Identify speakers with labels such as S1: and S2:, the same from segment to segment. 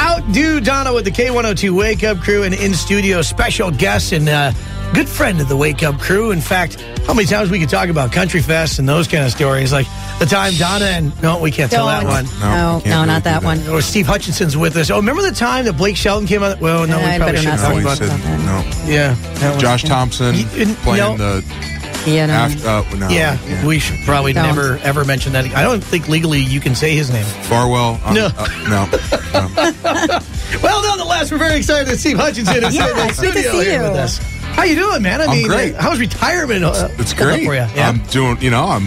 S1: Outdo Donna with the K102 Wake Up Crew and in studio special guest and uh, good friend of the Wake Up Crew. In fact, how many times we could talk about Country Fest and those kind of stories? Like the time Donna and no, we can't tell that
S2: Don't.
S1: one.
S3: No, we
S4: No,
S3: can't
S4: no,
S3: really
S4: not
S3: do
S4: that
S3: that.
S4: one.
S1: Or Steve Hutchinson's with us. Oh, remember the time that Blake Shelton came out? Well, no, we
S4: I'd
S1: probably
S4: better
S1: shouldn't
S4: not
S1: talk
S4: say
S1: about
S4: that.
S1: that.
S3: No.
S1: Yeah, that one.
S5: Josh Thompson
S1: You- you know-
S5: playing the
S4: Yeah, no.
S5: after. Uh, no,
S1: Yeah, we should probably
S4: Don't.
S1: never ever mention that. I don't think legally you can say his name.
S5: Farwell. um,
S1: No.
S5: uh, no. Um,
S1: Well, nonetheless, we're very excited that Steve Hutchinson is in the
S4: Yes, good to
S1: studio
S4: see
S1: here
S4: you.
S1: with us. How you doing, man? I
S5: I'm
S1: mean,
S5: great.
S1: uh, how's retirement? Uh,
S5: it's
S1: holding up
S5: great. Um,
S1: for you. Yeah,
S5: I'm doing. You know, I'm.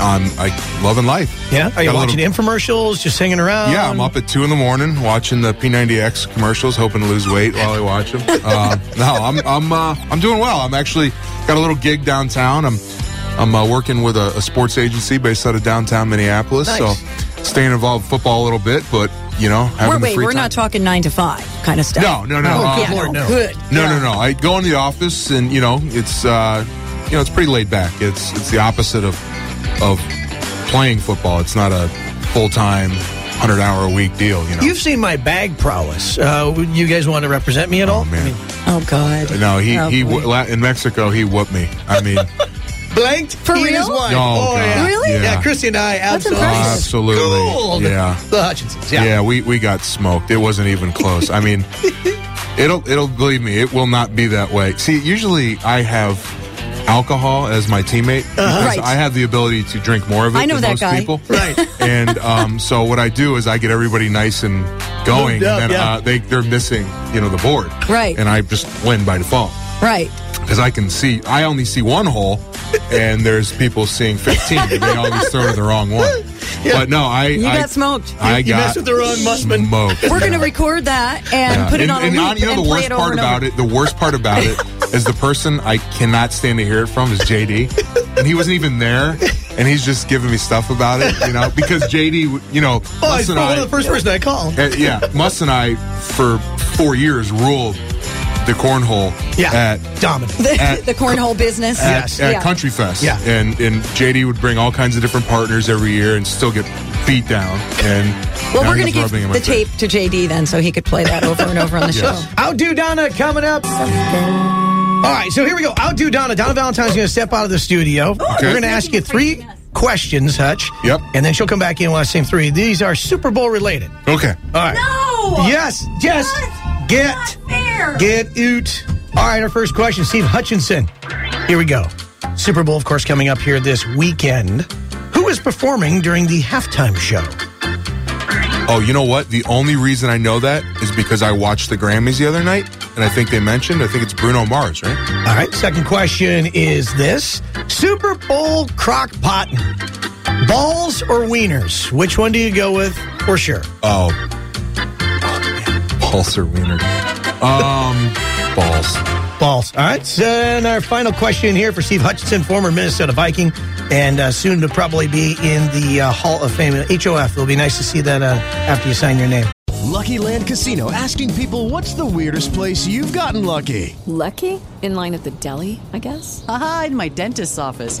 S5: I'm. I loving life.
S1: yeah. Are you
S5: Got a
S1: watching
S5: little-
S1: infomercials? Just hanging around?
S5: Yeah, I'm up at two in the morning watching the P90X commercials, hoping to lose weight while I watch them. Uh, no, I'm I'm uh, I'm doing well. I'm actually got a little gig downtown. I'm I'm uh, working with a, a sports agency based out of downtown Minneapolis,
S1: Nice.
S5: so staying involved with football a little bit, but you know, having
S4: We're,
S5: the
S4: wait,
S5: free
S4: we're
S5: time.
S4: not talking nine to five kind of stuff.
S5: No, no, no,
S4: Oh,
S5: uh,
S4: yeah,
S1: Lord, no.
S4: Good.
S5: No, no, no. I go in the office, and you know, it's uh, you know, it's pretty laid back. It's it's the opposite of of playing football. It's not a full time, hundred hour a week deal. You know.
S1: You've seen my bag prowess. Uh, would you guys want to represent me at all?
S5: man.
S1: I mean,
S4: Oh, God.
S5: no, he
S4: Oh,
S5: he
S4: boy.
S5: wh- la- in Mexico he whooped me. I mean,
S1: blanked for
S4: real?
S1: His wife.
S5: Oh, God.
S1: yeah.
S5: Really?
S1: Yeah.
S5: Yeah.
S1: Christy and I absolutely,
S4: impressive.
S5: Absolutely.
S1: schooled
S5: Yeah.
S1: the Hutchinsons.
S5: yeah,
S1: Yeah.
S5: we we got smoked. It wasn't even close. I mean, it'll it'll believe me, it will not be that way. See, usually I have alcohol as my teammate because
S4: Uh-huh. Right.
S5: I have the ability to drink more of it
S4: I know
S5: than
S4: that
S5: most
S4: guy.
S5: people.
S1: Right.
S5: and um, so what I do is I get everybody nice and going,
S1: Moved up,
S5: and then
S1: yeah.
S5: uh, they they're missing you know the board.
S4: Right.
S5: And I just win by default
S4: Right.
S5: because I can see I only see one hole, and there's people seeing 15, and they always throw to the wrong one. But no, I
S4: You
S5: I,
S4: got smoked.
S5: I
S1: You- you
S5: got
S1: messed with the wrong Mussman.
S5: smoked.
S4: We're going
S5: Yeah.
S4: to record that and
S5: Yeah.
S4: put it on a loop
S5: you know
S4: and
S5: the
S4: play
S5: worst
S4: it over
S5: part
S4: and
S5: about
S4: over.
S5: it. The worst part about it is the person I cannot stand to hear it from is JD, and he wasn't even there, and he's just giving me stuff about it, you know, because JD, you know,
S1: Oh,
S5: Mus
S1: it's
S5: and
S1: probably one
S5: I-
S1: of the first person I called.
S5: uh, yeah, Muss and I for four years ruled the cornhole
S1: Yeah.
S5: at
S1: Dominant.
S4: The,
S5: at-
S4: the cornhole business.
S5: at, at
S4: Yeah.
S5: Country Fest.
S1: Yeah.
S5: And and JD would bring all kinds of different partners every year and still get beat down. And
S4: Well,
S5: now
S4: we're going to
S5: he's
S4: give
S5: rubbing in my
S4: the
S5: face.
S4: tape to JD then so he could play that over and over on the
S5: Yes.
S4: show.
S1: Outdo Donna coming up. All right, so here we go. Outdo Donna. Donna Valentine's going to step out of the studio.
S2: Oh,
S1: We're going to ask you three questions, Hutch.
S5: Yep.
S1: And then she'll come back in with the same three. These are Super Bowl related.
S5: Okay.
S1: All right.
S2: No!
S1: Yes, yes.
S2: What?
S1: Get,
S2: Not fair.
S1: get out. All right, our first question, Steve Hutchinson. Here we go. Super Bowl, of course, coming up here this weekend. Who is performing during the halftime show?
S5: Oh, you know what? The only reason I know that is because I watched the Grammys the other night, and I think they mentioned. I think it's Bruno Mars, right?
S1: All right, second question is this Super Bowl crock potting. Balls or wieners? Which one do you go with for sure?
S5: Oh, Pulsar Wiener. Um, balls.
S1: Balls. All right, so, and our final question here for Steve Hutchinson, former Minnesota Viking, and uh, soon to probably be in the uh, Hall of Fame, HOF. It'll be nice to see that uh, after you sign your name.
S6: Lucky Land Casino asking people what's the weirdest place you've gotten lucky?
S7: Lucky? In line at the deli, I guess?
S8: Aha, in my dentist's office.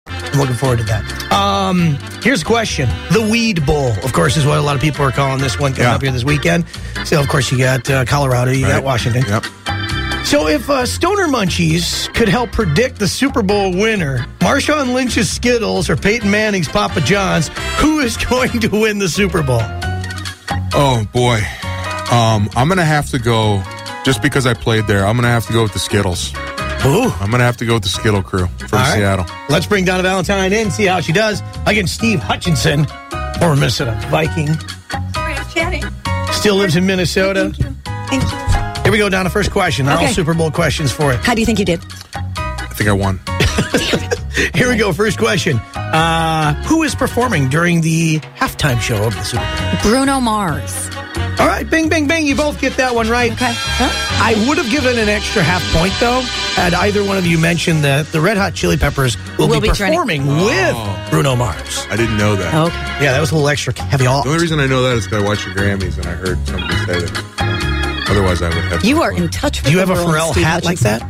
S1: I'm looking forward to that. Um, here's a question. The Weed Bowl, of course, is what a lot of people are calling this one coming
S5: Yeah.
S1: up here this weekend. So, of course, you got uh, Colorado, you got
S5: Right.
S1: Washington.
S5: Yep.
S1: So, if uh, Stoner Munchies could help predict the Super Bowl winner, Marshawn Lynch's Skittles or Peyton Manning's Papa John's, who is going to win the Super Bowl?
S5: Oh boy. Um, I'm gonna have to go. Just because I played there, I'm gonna have to go with the Skittles. I'm going to have to go with the Skittle Crew from
S1: All right.
S5: Seattle.
S1: Let's bring Donna Valentine in, see how she does against Steve Hutchinson, former Minnesota Viking. Still lives in Minnesota. Here we go, Donna. First question. Not all
S4: Okay.
S1: Super Bowl questions for it.
S4: How do you think you did?
S5: I think I won.
S1: Here we go. First question. Uh, who is performing during the halftime show of the Super Bowl?
S4: Bruno Mars.
S1: All right, bing, bing, bing. You both get that one right. Okay. I would have given an extra half point, though, had either one of you mentioned that the Red Hot Chili Peppers will
S4: Will
S1: be,
S4: be turning-
S1: performing
S5: Oh.
S1: with Bruno Mars.
S5: I didn't know that.
S1: Yeah, that was a little extra heavy. All
S5: The only reason I know that is because I watched the Grammys and I heard somebody say that. um, Otherwise, I would have.
S4: You are in touch with
S1: Do you
S4: the
S1: have a
S4: world,
S1: Pharrell
S4: Steve
S1: hat like
S4: Hutchinson.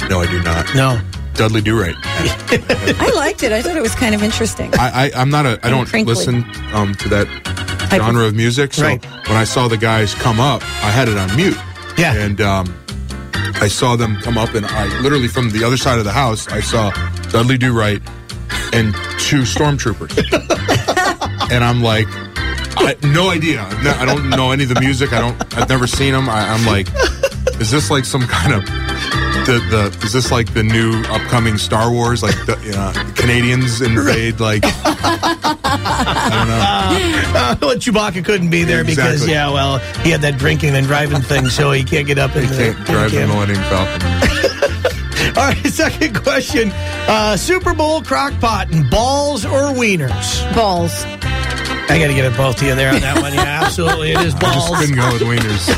S1: that?
S5: No, I do not.
S1: No.
S5: Dudley Do Right.
S4: I liked it. I thought it was kind of interesting.
S5: I, I I'm not a I don't
S4: crinkly.
S5: listen um, to that
S4: Type of-
S5: genre of music. So
S1: Right.
S5: when I saw the guys come up, I had it on mute.
S1: Yeah.
S5: And um, I saw them come up, and I literally from the other side of the house, I saw Dudley Do Right and two stormtroopers, and I'm like. I, no idea. No, I don't know any of the music. I don't. I've never seen them. I, I'm like, is this like some kind of the the? Is this like the new upcoming Star Wars? Like the uh, Canadians invade like
S1: Uh, well, Chewbacca couldn't be there because,
S5: Exactly.
S1: yeah, well, he had that drinking and driving thing, so he can't get up and
S5: Can't drive the Millennium Falcon.
S1: All right, second question. Uh, Super Bowl crockpot and balls or wieners?
S4: Balls.
S1: I got to give it both to you there on that one. Yeah, absolutely. It is
S5: I just
S1: balls.
S5: couldn't go with wieners.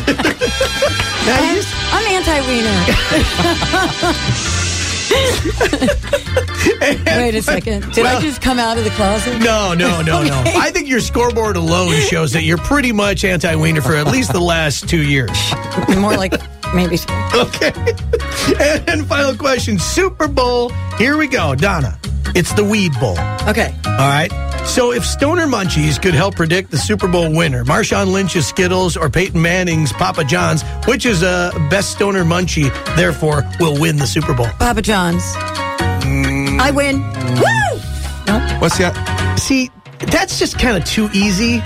S1: Now, you-
S4: I'm anti-wiener. Wait a second. Did I just come out of the closet?
S1: No, no, no, no. I think your scoreboard alone shows that you're pretty much anti wiener for at least the last two years.
S4: More like maybe.
S1: Okay. And, and final question Super Bowl. Here we go, Donna. It's the Weed Bowl. All
S4: Okay.
S1: right. So if Stoner Munchies could help predict the Super Bowl winner, Marshawn Lynch's Skittles or Peyton Manning's Papa John's, which is a best Stoner Munchie, therefore will win the Super Bowl?
S4: Papa John's.
S1: Mm.
S4: I win. Woo!
S5: What's that?
S1: See, that's just kind of too easy.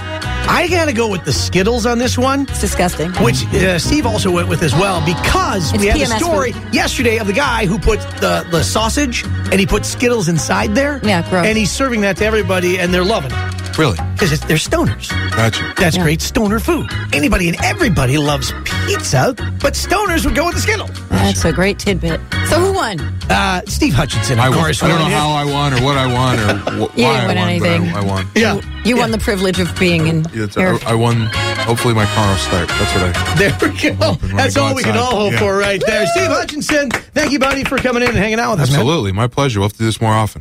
S1: I got to go with the Skittles on this one.
S4: It's disgusting.
S1: which uh, Steve also went with as well because
S4: It's
S1: we had a
S4: PMS
S1: story
S4: food.
S1: yesterday of the guy who put the, the sausage and he put Skittles inside there.
S4: Yeah, gross.
S1: And he's serving that to everybody and they're loving it
S5: Really?
S1: because they're stoners.
S5: Gotcha.
S1: That's great stoner food. Anybody and everybody loves pizza, but stoners would go with the Skittles.
S4: That's a great tidbit. So who won?
S1: Uh, Steve Hutchinson, of
S5: I,
S1: course.
S5: was, I don't know
S1: won it.
S5: how I won or what I won or wh-
S4: You
S5: why
S4: didn't
S5: I
S4: win
S5: won,
S4: anything.
S5: but I, I won.
S1: Yeah.
S4: You won the privilege of being in
S5: It's- uh,
S4: here.
S5: I, I won. Hopefully, my car will start. That's what I.
S1: There we go.
S5: Open when
S1: That's
S5: I go
S1: all we can
S5: outside.
S1: all hope
S5: Yeah.
S1: for right there. Steve Hutchinson, thank you, buddy, for coming in and hanging out with us, man.
S5: Absolutely, my pleasure. We'll have to do this more often.